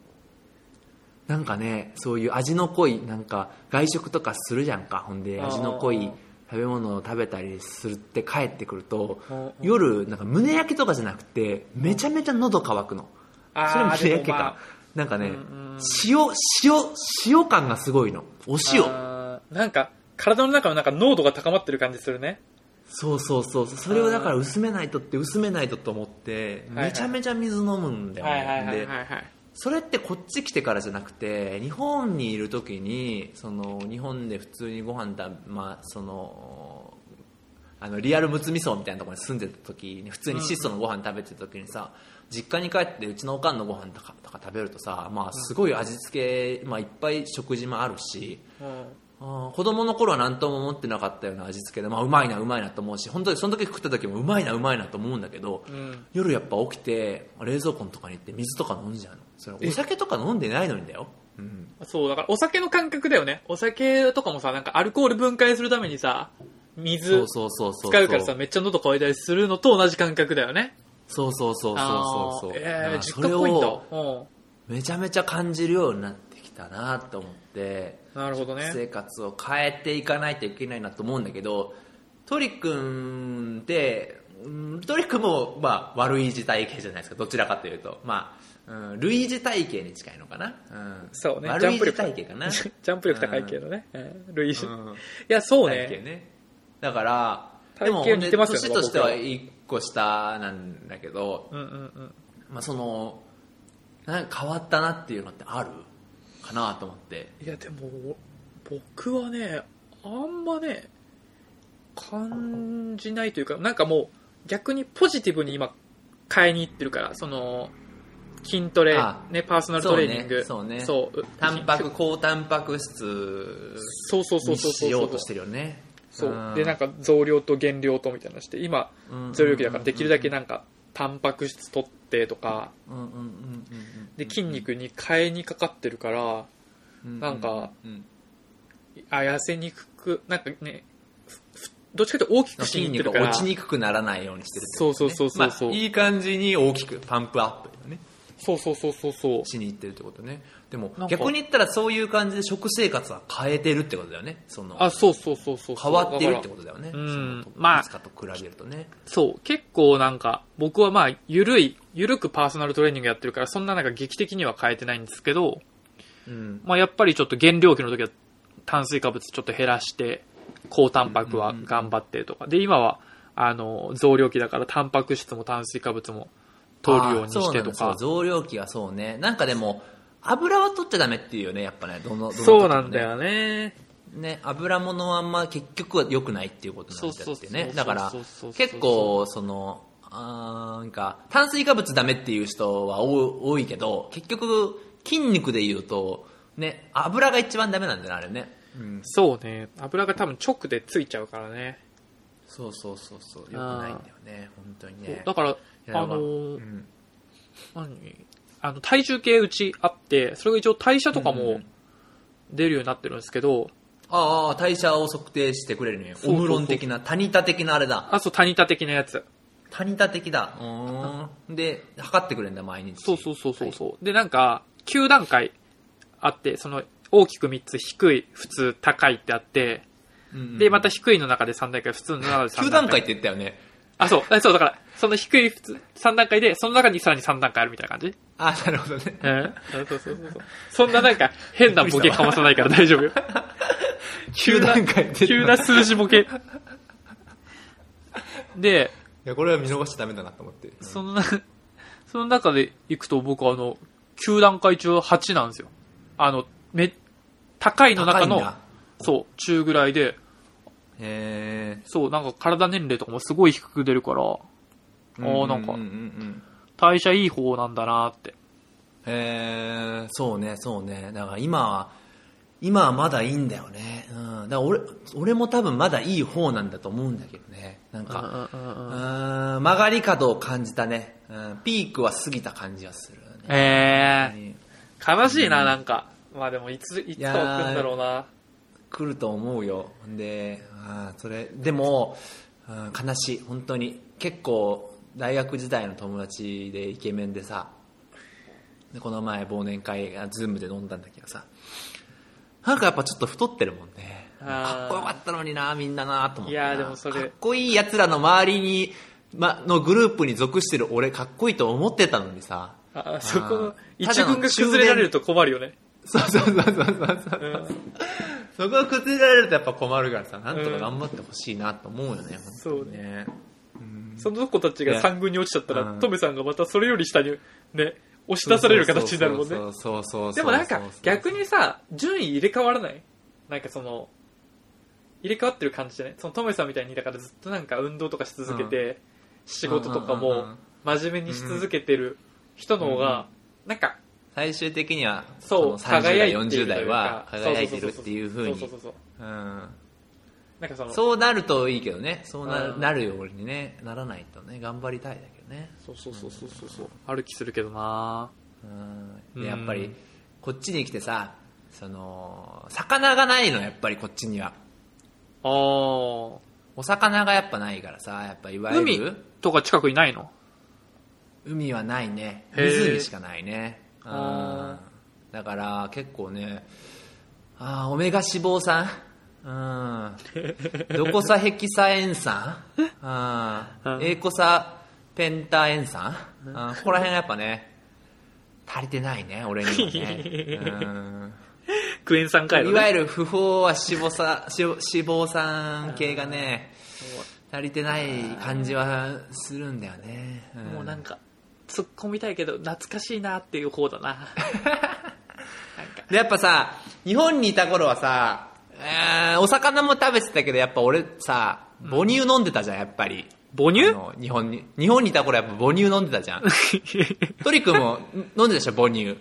なんかね、そういう味の濃い、なんか外食とかするじゃんか。ほんで、
あー
味の濃い食べ物を食べたりするって帰ってくると
あー、
夜、なんか胸焼けとかじゃなくて、めちゃめちゃ喉乾くの。それも胸焼けか、なんかね、
んうん
塩塩塩感がすごいのお塩
あーなんか、体の中のなんか濃度が高まってる感じするね。
そうそうそうそれをだから薄めないとって薄めないとと思って
はいはい
めちゃめちゃ水飲むんだよね、で
はい。
それってこっち来てからじゃなくて日本にいる時にその日本で普通にご飯だまあそのあのリアルむつみ荘みたいなところに住んでた時に普通に質素のご飯食べてた時にさ、実家に帰ってうちのおかんのご飯とかとか食べるとさ、まあ、すごい味付け、まあ、いっぱい食事もあるし
うん
あー子供の頃は何とも思ってなかったような味付けで、まあ、うまいなうまいなと思うし本当にその時食った時もうまいなうまいなと思うんだけど、
うん
夜やっぱ起きて冷蔵庫のとかに行って水とか飲んじゃうのそれお酒とか飲んでないのにだよ、うん、
そう、だからお酒の感覚だよね。お酒とかもさ、なんかアルコール分解するためにさ、
そ
水
うそうそうそう
使うからさ、めっちゃ喉乾いたりするのと同じ感覚だよね。
そうそうそうそうそうそ
あ
う
ー
だか
えー、
ら
実
それ
家ポイン
を
ト。
めちゃめちゃ感じるようになってきたなと思って
うん。なるほどね。
生活を変えていかないといけないなと思うんだけどトリ君ってうんトリ君も、まあ、悪い字体型じゃないですかどちらかというと、まあうん、類似体型に近いのかな、うん、
そうね。
悪い字
高
体
い
型か な
ジャンプ力高いけどね。うんルイージ。
うん
いや、そう
体型
ね。
ねだから
体型似てますよね
でも年としては1個下なんだけど、
うんうんうん。
まあ、そのなんか変わったなっていうのってあるかなと思って
いや、でも、僕はね、あんまね、感じないというか、なんかもう、逆にポジティブに今、変えに行ってるから、その、筋トレ
あ、
ね、パーソナルトレーニング。
そうね
そうう
タ ンパク高タンパク質
そうそうそう
に
そうそ
し
う。
ようとしてるよね
そう。で、なんか増量と減量とみたいなのして、今、
うん
増量期だからできるだけなんか、タンパク質取ってとか、
うんうんうん
で、筋肉に替えにかかってるから、
うん
なんか、
うん
あ、痩せにくく、なんかね、ふふどっちかというと大きくしに
筋
いって
肉
るか
が
ら
落ち、にくくならないようにしてるって
そうそうそうそうそう
まあいい感じに大きくパンプアップだね
そうそうそうそうそう。
しに行ってるってことねでも
なんか
逆に言ったらそういう感じで食生活は変えてるってことだよねその
あ、そうそうそうそうそう。
変わってるっ
だから
てことだよね
うん
その
まあ
いつかと比べるとね
そう、結構なんか、僕はまあ、ゆるい、ゆるくパーソナルトレーニングやってるから、そんななんか劇的には変えてないんですけど、
うん
まあやっぱりちょっと減量期の時は炭水化物ちょっと減らして、高タンパクは頑張ってとか。で、今は、あの、増量期だからタンパク質も炭水化物も取るようにしてと
あーそうなんだそ
か
う。増量期はそうねなんかでも油は取っちゃダメっていうよねやっぱねどのどの時もね
そうなんだよね。
ね、油物はあんま結局は良くないっていうことなんだって
そうそうそうそう
ね。だから
そうそうそう、そう
結構、その、あーなんか、炭水化物ダメっていう人は多多いけど、結局、筋肉で言うと、ね、油が一番ダメなんだよね、あれね。うん。
そうね。油が多分直でついちゃうからね。
そうそうそうそう、良くないんだよね、本当に
そう
ね。
だから、
いや
あの
う
ー
ん
何あの、体重計うちあって、それが一応代謝とか
うんう
も
ん
出るようになってるんですけど、
ああ、代謝を測定してくれるね。
そうそう
オ
そう
ムロン的な、タニタ的なあれだ。
あ、そう、タニタ的なやつ。
タニタ的だ。うーん。で、測ってくれるんだ、毎日。
そうそうそうそうそう、で、なんか、9段階あって、その、大きく3つ、低い、普通、高いってあって、
うんうん。
で、また低いの中で3段階、普通の中で3段階。
9段階って言ったよね。
あ、そう、あそう、だから、その低い、普通、3段階で、その中にさらに3段階あるみたいな感じ
あ、なるほどね。
うん。そうそうそうそう。そんななんか、変なボケかまさないから大 丈夫よ。
9段階って言
急
った
ない数字ボケ。 で、
や、これは見逃しちゃダメだなと思って。
そのな、その中で行くと僕あの、9段階中8なんですよ。あの、め、高いの中
高いん
の
だ、
そう、中ぐらいで、
へ
そう、なんか体年齢とかもすごい低く出るから、
え
ああ、なんか
う、んうん
代謝いい方なんだなって。
うん。へえ、そうね、そうね。だから今は、今はまだいいんだよね。うん。だから俺、俺も多分まだいい方なんだと思うんだけどね。なん
うんう
か、
んうん
う
うん
ーん、曲がり角を感じたね。うん、ピークは過ぎた感じがするね。
えー、悲しいな、なんか。まあでも、いつ、いつかは来るんだろうな。
来ると思うよであーそれでも、うん悲しい本当に結構大学時代の友達でイケメンでさでこの前忘年会あズームで飲んだんだけどさなんかやっぱちょっと太ってるもんね
あー
かっこよかったのになみんななと思ってない
やーでもそれ
かっこいいやつらの周りに、ま、のグループに属してる俺かっこいいと思ってたのにさ
あ、そこの、
た
一
だの
軍が崩れられると困るよね。
そうそうそうそうそうそう
う、ん。
そこが崩れられるとやっぱ困るからさ、なんとか頑張ってほしいなと思うよね、
そうね
本当にね。うん
その子たちが三軍に落ちちゃったら
う、ん
トメさんがまたそれより下にね、押し出される形になるもんね。
そうそうそうそうそうそう。
でもなんか
そうそう、
逆にさ、順位入れ替わらないなんかその、入れ替わってる感じじゃないそのトメさんみたいに、だからずっとなんか運動とかし続けて、仕事とか
うんうんうんう
も
ん
真面目にし続けてる人の方が、なんか、
最終的には、
そう、
その30代、
輝いてると
40
い
代
うか
は輝いてるっていうふう
そうそう
に。
そうそう。
うん
なんかその、
そうなるといいけどね、そうな
うん
るなるようにね、ならないとね、頑張りたいだけどね。
そうそうそうそうそうそう。ある気するけどな
う
うんん
でやっぱりこっちに来てさその魚がないのやっぱりこっちには
あー。
お魚がやっぱないからさやっぱいわゆ
海
る
とか近くにないの
海はないね
へー
湖しかないねうん
あ
だから結構ねあーオメガ脂肪酸 うん、どこさヘキサ塩酸、うん、エイコサペンタ塩酸、うん、ここら辺がやっぱね足りてないね俺にはね、うん
クエン酸回路、
い
ね、
わゆる不飽和脂肪酸脂脂肪酸系がね足りてない感じはするんだよね、
もうなん
か
か、突っ込みたいけど、懐かしいなっていう方だな。
でやっぱさ日本にいた頃はさ、えーお魚も食べてたけどやっぱ俺さ母乳飲んでたじゃんやっぱり
母乳
あの日本に日本にいた頃やっぱ母乳飲んでたじゃんトリ君もん飲んでたでしょ母乳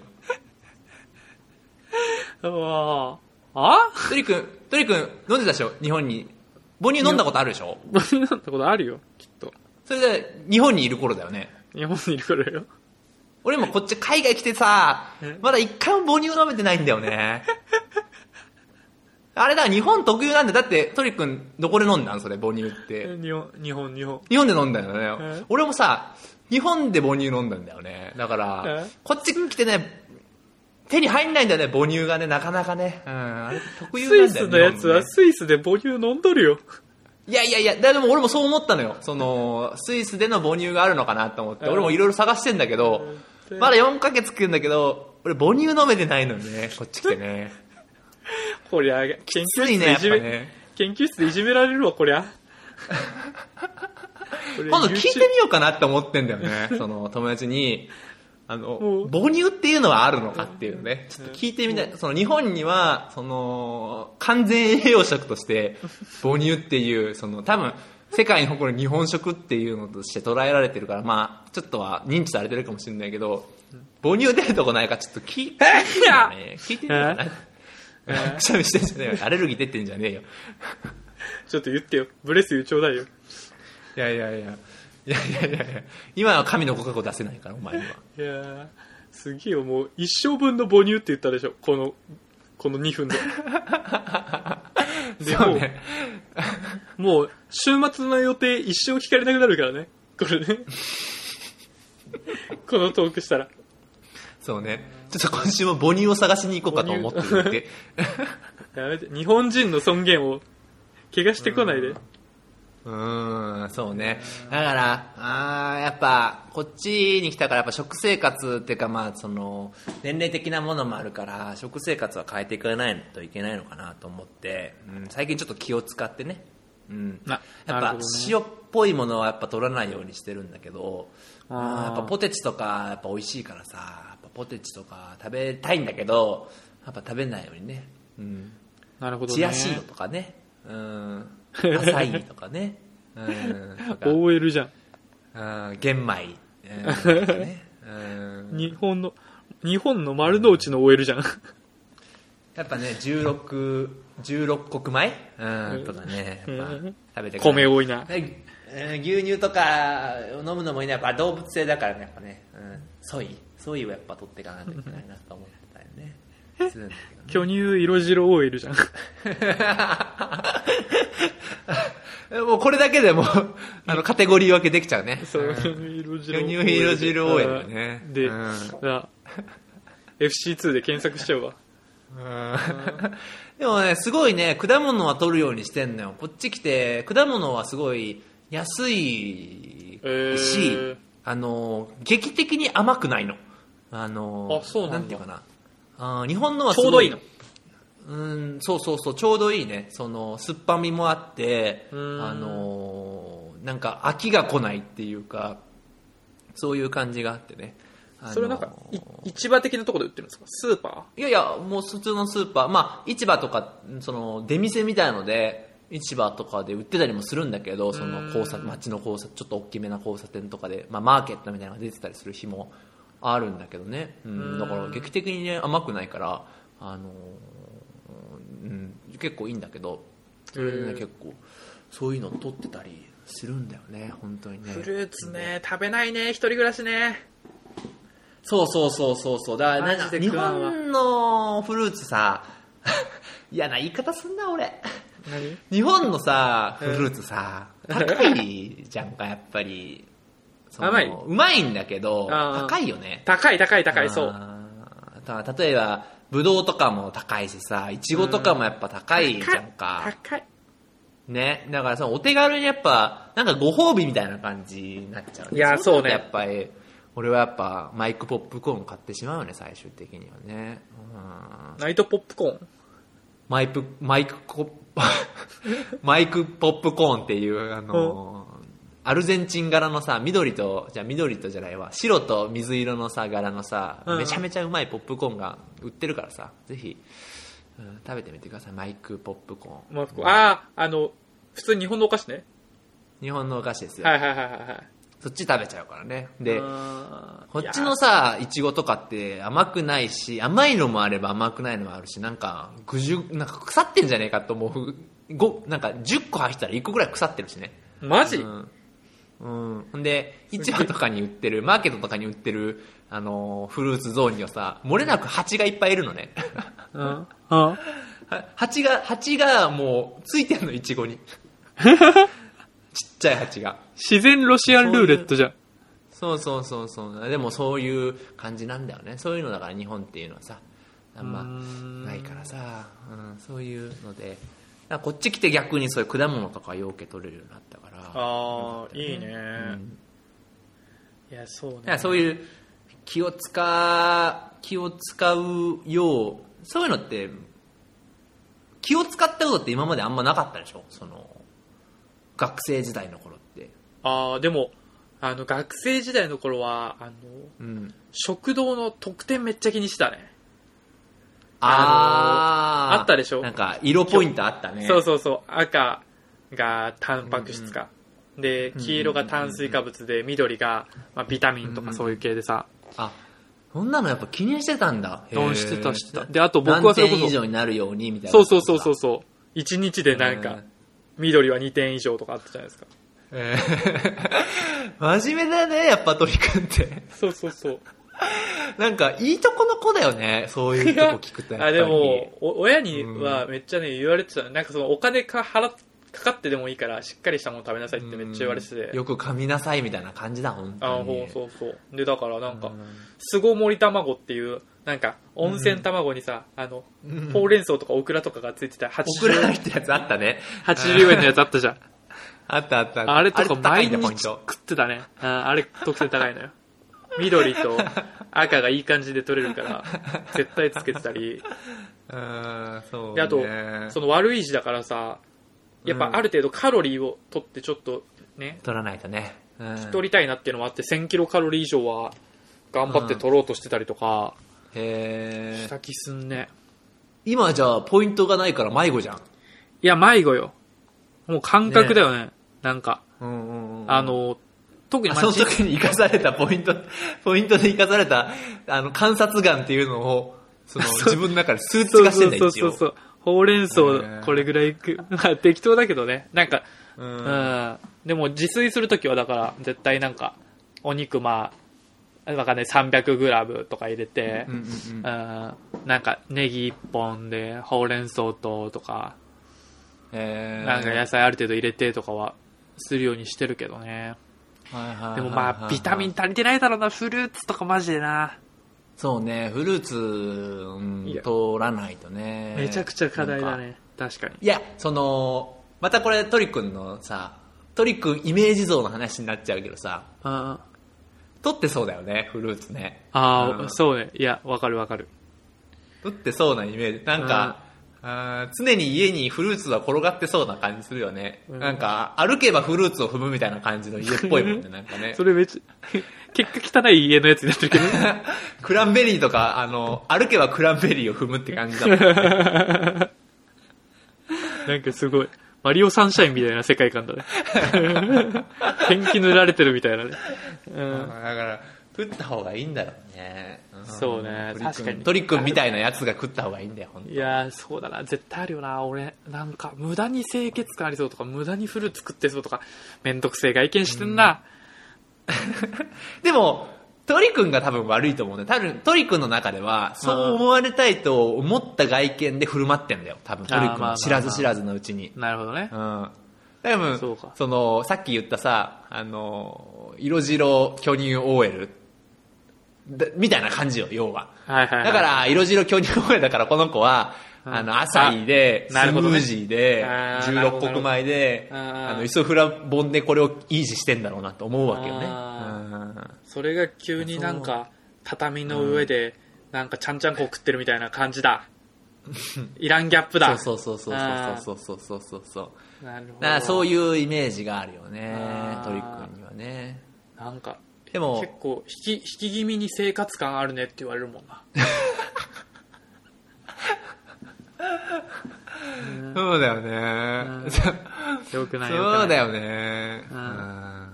うわーあ
トリ君トリ君飲んでたでしょ日本に母乳飲んだことあるでしょ
母乳なんてことあるよ、きっと。
それで日本にいる頃だよね
日本にいるからよ。
俺もこっち海外来てさ
え、
まだ一回も母乳舐めてないんだよ ね。あれだ、日本特有なんだ。だって、トリ君、どこで飲んだんそれ、母乳って。
日本、日本、日本。
日本で飲んだよ
え
ね。俺もさ、日本で母乳飲んだんだよね。だから
え、
こっち来てね、手に入んないんだよね、母乳がね、なかなかね。うん、あれ特有
ス
な
イ
んだよ
スのやつは
日本ね
スイスで母乳飲んどるよ。
いやいやいや、だでも俺もそう思ったのよ。その、スイスでの母乳があるのかなと思って、
うん
俺もいろいろ探してんだけど
うん、
まだ4ヶ月来るんだけど、俺母乳飲めてないのにね、こっち来てね。
こりゃ、研究
つい
室で
ね、や
い
っぱ
じめ、
ね。
研究室でいじめられるわ、こり ゃ。
今度聞いて
YouTube
みようかなって思ってんだよね。その友達に、あの
う、ん
母乳っていうのはあるのかっていうね。ちょっと聞いてみたい。その日本には、その、完全栄養食と して、母乳っていう、その多分、世界に誇る日本食っていうのとして捉えられてるから、まあ、ちょっとは認知されてるかもしれないけど、母乳出るとこないかちょっと聞いてみようか ね。聞いてみようかな。くしゃみしてんじゃねえよ。アレルギー出てんじゃねえよ。
ちょっと言ってよ。ブレス言うちょうだいよ。
いやいやいや。いやいやいやいや。今は神のご加護出せないから、お前には。
いやーすげえよ。もう一生分の母乳って言ったでしょ。この、この2分 で。で
そうね。
もう、週末の予定一生聞かれなくなるからね。これ ね。このトークしたら。
そうね。ちょっと今週も母乳を探しに行こうかと思ってるって。
やめて。日本人の尊厳を、怪我してこないで。
うーん、そうね。だから、あーやっぱ、こっちに来たから、やっぱ食生活っていうか、まあ、その、年齢的なものもあるから、食生活は変えていかないといけないのかなと思って、うん、最近ちょっと気を使ってね。うん。
な
や
なる
っぱ
ほどね、
塩っぽいものはやっぱ取らないようにしてるんだけど、
あ
あ
ー
ーやっぱポテチとか、やっぱ美味しいからさ、やっぱポテチとか食べたいんだけど、やっぱ食べないようにね。うん。
なるほどね。
チアシードとかね、 うん、アサイーとかね、うん、とか
OL じゃん。
うん、玄米、うん、とかね、うん、
日本の、日本の丸の内の OL じゃん。
やっぱね、16、16国米、うん、とかね、やっぱ食べてくれ
米多いな。
はいうん牛乳とか飲むのもいいね、やっぱ動物性だからね、やっぱね、うん、ソイ、ソイをやっぱ取っていかないといけないなと思ったよね。するんだけど ね
巨乳色白 OL じゃん。
もうこれだけでもう、あの、カテゴリー分けできちゃうね。
そう、巨乳色白 OL。
巨乳色白 OL だね
あーで、
うん
な FC2 で検索しちゃうわ。
でもね、すごいね、果物は取るようにしてんのよ。こっち来て、果物はすごい安いし、
えー
あの、劇的に甘くないの。あの、
あそうなんだ
ていうかな。あー日本のはす
ちょう
ご
ど
い
いいの。
うん、そうそうそう、ちょうどいいね。その、酸っぱみもあって、あ
うん
の、なんか飽きが来ないっていうか、そういう感じがあってね。あの
それはなんか、い市場的なところで売ってるんですかスーパ
いやいや、もう普通のスーパー、まあ、市場とか、その、出店みたいので、市場とかで売ってたりもするんだけど、その交差、街の交差、ちょっと大きめな交差点とかで、まあ、マーケットみたいなのが出てたりする日もあるんだけどね。うん、だから、劇的にね、甘くないから、あのーうん、結構いいんだけど、それでね、
へー
結構、そういうの取ってたりするんだよね、本当にね。
ーフルーツね、食べないね、一人暮らしね。
そうそうそうそうそう。だからな
マ
ん
ジで
か日
食わんわ
本のフルーツさ、 嫌な言い方すんな俺。
何
日本のさ、フルーツさ、高いじゃんか、やっぱり。その
甘いう
まいんだけど、
あー
高いよね。
高い高い高い、そう。
あー。た例えば、ぶどうとかも高いしさ、いちごとかもやっぱ高いじゃん
高
か
い。高い。
ね。だからそのお手軽にやっぱ、なんかご褒美みたいな感じになっちゃう。
いやそうね
やっぱり、俺はやっぱマイクポップコーン買ってしまうよね、最終的にはね。うん
ナイトポップコーン。
マイプ、マイクコ、 マイクポップコーンっていう、あのー、アルゼンチン柄のさ、緑と、じゃあ緑とじゃないわ、白と水色のさ、柄のさ、
うん
めちゃめちゃうまいポップコーンが売ってるからさ、ぜひ、うん食べてみてください、マイクポップコーン。
まあ、あー、あの、普通に日本のお菓子ね。
日本のお菓子ですよ。
はいはいはいはいはい。
そっち食べちゃうからね。で、
あー
こっちのさ、いちごとかって甘くないし、甘いのもあれば甘くないのもあるし、なんか、ぐじゅ、なんか腐ってんじゃねえかと思う。ご、なんか10個入ったら1個ぐらい腐ってるしね。
マジ、
うんうん。ほんで、市場とかに売ってる、マーケットとかに売ってる、あのーフルーツゾーンにはさ、漏れなく蜂がいっぱいいるのね。
うん。うん。
は蜂が、蜂がもう、ついてんの、イ チゴに。ちっちゃい蜂が。
自然ロシアンルーレットじゃん。
そうそうそうそう。でもそういう感じなんだよね。そういうのだから日本っていうのはさ、あん
うーん
まないからさ、うん、そういうので。だからこっち来て逆にそういう果物とかようけ取れるようになったから。
ああ、いいね。
うん
いや、そうね
だからそういう気を使う、気を使うよう、そういうのって、気を使ったことって今まであんまなかったでしょその、学生時代の頃って。
ああ、でも、あの、学生時代の頃は、あの、
うん。
食堂の特典めっちゃ気にしたね。
あー
あったでしょ
なんか、色ポイントあったね。
そうそうそう。赤がタンパク質か。で、黄色が炭水化物で、緑が、まあ、ビタミンと
うんう
か
ん
そういう系でさ、
あ、そんなのやっぱ記念してたんだ。へー
うんしてたしてたであと僕はそれこそ
何点以上になるように、みたいな。
そうそう そうそうそう。一日でなん
へ
か
ー、
緑は2点以上とかあったじゃないですか。
えー真面目だね、やっぱ鳥くんって。
そうそうそう。
なんか、いいとこの子だよね。そういうとこ聞くと。
あ、で
やっぱり
も、、お親にはめっちゃね、言われてた。なんかその、お金か払っかかってでもいいから、しっかりしたもの食べなさいってめっちゃ言われてて。
よく噛みなさいみたいな感じだ、本
あ
当
ほ
に。
うそうそう。で、だからなんか
う、ん
巣ごもり卵っていう、なんか、温泉卵にさ、あの、
うん
ほうれん草とかオクラとかがついてた80
オクラ入ってるやつあったね。
80円のやつあったじゃん。
あったあったっ た。
あれとか
あれ
毎
高いんだポイ
日
ン
食
ト
ってたね。ああれ特性高いのよ。緑と赤がいい感じで取れるから、絶対つけてたり。
うん、そう、ね。
で、あと、その悪い字だからさ、やっぱある程度カロリーを取ってちょっとね、
取らないとね。うん
取りたいなっていうのもあって、1000キロカロリー以上は頑張って取ろうとしてたりとか、
へー
した気すんね。
今じゃあ、ポイントがないから迷子じゃん。
いや、迷子よ。もう感覚だよね。なんか、
うんうんうん
あ、の、特に
あ
まあ
その時に生かされたポイント、 ポイントで生かされた、あの、観察眼っていうのを、その、
そう
自分の中で数値化してんだ、一
そうそ
応。
うそうそう。ほうれん草
へえ、
これぐらいいく。 まあ、適当だけどね。なんか、
う。
うんん。でも、自炊するときは、だから、絶対なんか、お肉、まあ、わかんない、300グラムとか入れて、
うんうん
う
うんん。
なんか、ネギ1本で、ほうれん草と、とか、
へー
なんか野菜ある程度入れてとかは、するようにしてるけどね。で
で
もまあ、ビタミン足りてないだろうな、フルーツとかマジでな。
そうねフルーツ、うん
いや
取らないとね
めちゃくちゃ課題だ
なんか
ね。確かに。
いやそのまたこれトリくんのさトリくんイメージ像の話になっちゃうけどさ
うん。あ
取ってそうだよねフルーツね
あ
う
ー、
ん
そうね。いや、わかるわかる。
取ってそうなイメージなんか、あー常に家にフルーツは転がってそうな感じするよね、
うん
なんか歩けばフルーツを踏むみたいな感じの家っぽいもんねなんかね
それめっちゃ、結果汚い家のやつになってるけど。
クランベリーとかあの歩けばクランベリーを踏むって感じ だもん
なんかすごい。マリオサンシャインみたいな世界観だ ね。ペンキ塗られてるみたいなね。うん。
だから食った方がいいんだろうね、ん
そうね
鳥くん
確かに
鳥くんみたいなやつが食った方がいいんだよ本当
いやー、そうだな。絶対あるよな。俺、なんか、無駄に清潔感ありそうとか、無駄にフルーツ食ってそうとか、めんどくせえ外見してんな。
でも鳥くんが多分悪いと思うんだよ多分鳥くんの中ではそう思われたいと思った外見で振る舞ってんだよ多分
あー
鳥くん
まあまあ
は知らず知らずのうちに
なるほどね
う。ん多分
そう
そ
か
のさっき言ったさあの色白巨乳 OL だみたいな感じよ要は
はいはい、はい。
だか、ら、色白巨乳声だから、この子は、
うん
あの、アサイで、スム
なるほどね
ージーで、
あー
16穀米で、
なるほどなるほど
あ
あー
の、イソフラボンでこれを維持してんだろうなと思うわけよね。
あそれが急になんか、畳の上で、なんか、ちゃんちゃんこ食ってるみたいな感じ だ。いらんギャップ
うん
だ。
そうそうそう
あー
そうそうそうそうそうそう。
なるほど。
だからそういうイメージがあるよね
あ、ー
鳥くんにはね。
なんか、
でも
結構引き、引き気味に生活感あるねって言われるもんな。
そうだよ
うん
ね
よくないよくない。
そうだ
よ。
よね。
う
うんん。ま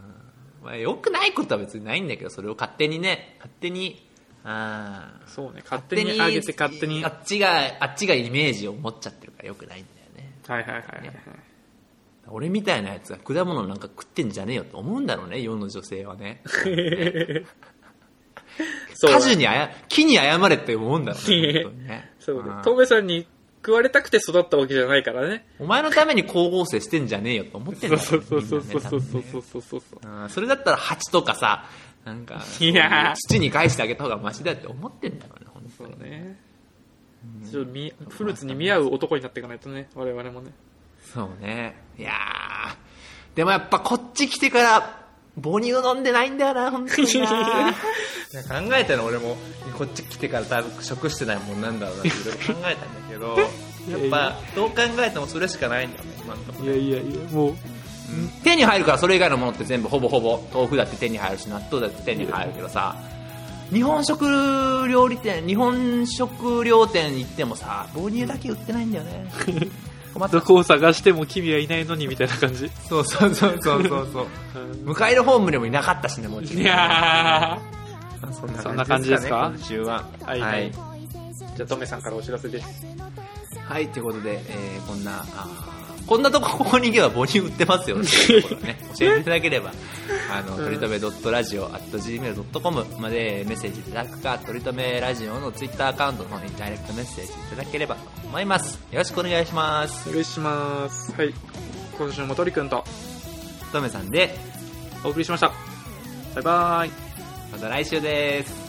あ、良くないことは別にないんだけど、それを勝手にね、勝手に、ああ、
そうね、勝手に上げて勝手に。
あ
はい
っちがあっちがイメージを持っちゃってるからよくないんだよね
はいはいはいはい。
俺みたいなやつが果物なんか食ってんじゃねえよって思うんだろうね世の女性はね
そうだ
果樹にあや木に謝れって思う んだろうね本当にね
そうね
ん。
トメさんに食われたくて育ったわけじゃないからね。
お前のために光合成してんじゃねえよって思ってん
そう
だろ
そうう
ね
そうそう
みん
そ
な
う
ね
そ
多
う
分ね
そうそうそうそう。
うんそれだったら蜂とかさなんかそういう
いやー
土に返してあげた方がマシだって思ってんだろうね本当
そう
に
ね。ちょっとみフルーツに見合う男になっていかないとね、我々もね。
そうねいやーでもやっぱこっち来てから母乳飲んで ないんだよな本当にな考えたの俺もこっち来てから多分食してないもんなんだろうなってい ろいろ考えたんだけどやっぱどう考えてもそれしかないんだよね今のところ
いやいやいや、もう、
手に入るからそれ以外のものって全部ほぼほぼ豆腐だって手に入るし納豆だって手に入るけどさ日本食料理店日本食料店行ってもさ母乳だけ売ってないんだよ ね困った
どこを探しても君はいないのにみたいな感じ。
そうそうそうそうそうそう 向かいのホームにもいなかったしねもちろ
い
ん
や
そ
そんな感じですか
今週は
は
はいい、
は
はいい
じゃあトメさんからお知らせです。
ということで、えーこんなあーこんなとこここに行けば母乳売って ますよっていうところね教えていただければあの、
うん
とりとめ .radio.gmail.com までメッセージいただくかとりとめラジオのツイッターアカウントの方にダイレクトメッセージいただければと思いますよろしくお願いします
お願いします。はい。今週もトリくんと
とめさんで
お送りしました。バイバーイ。
また来週です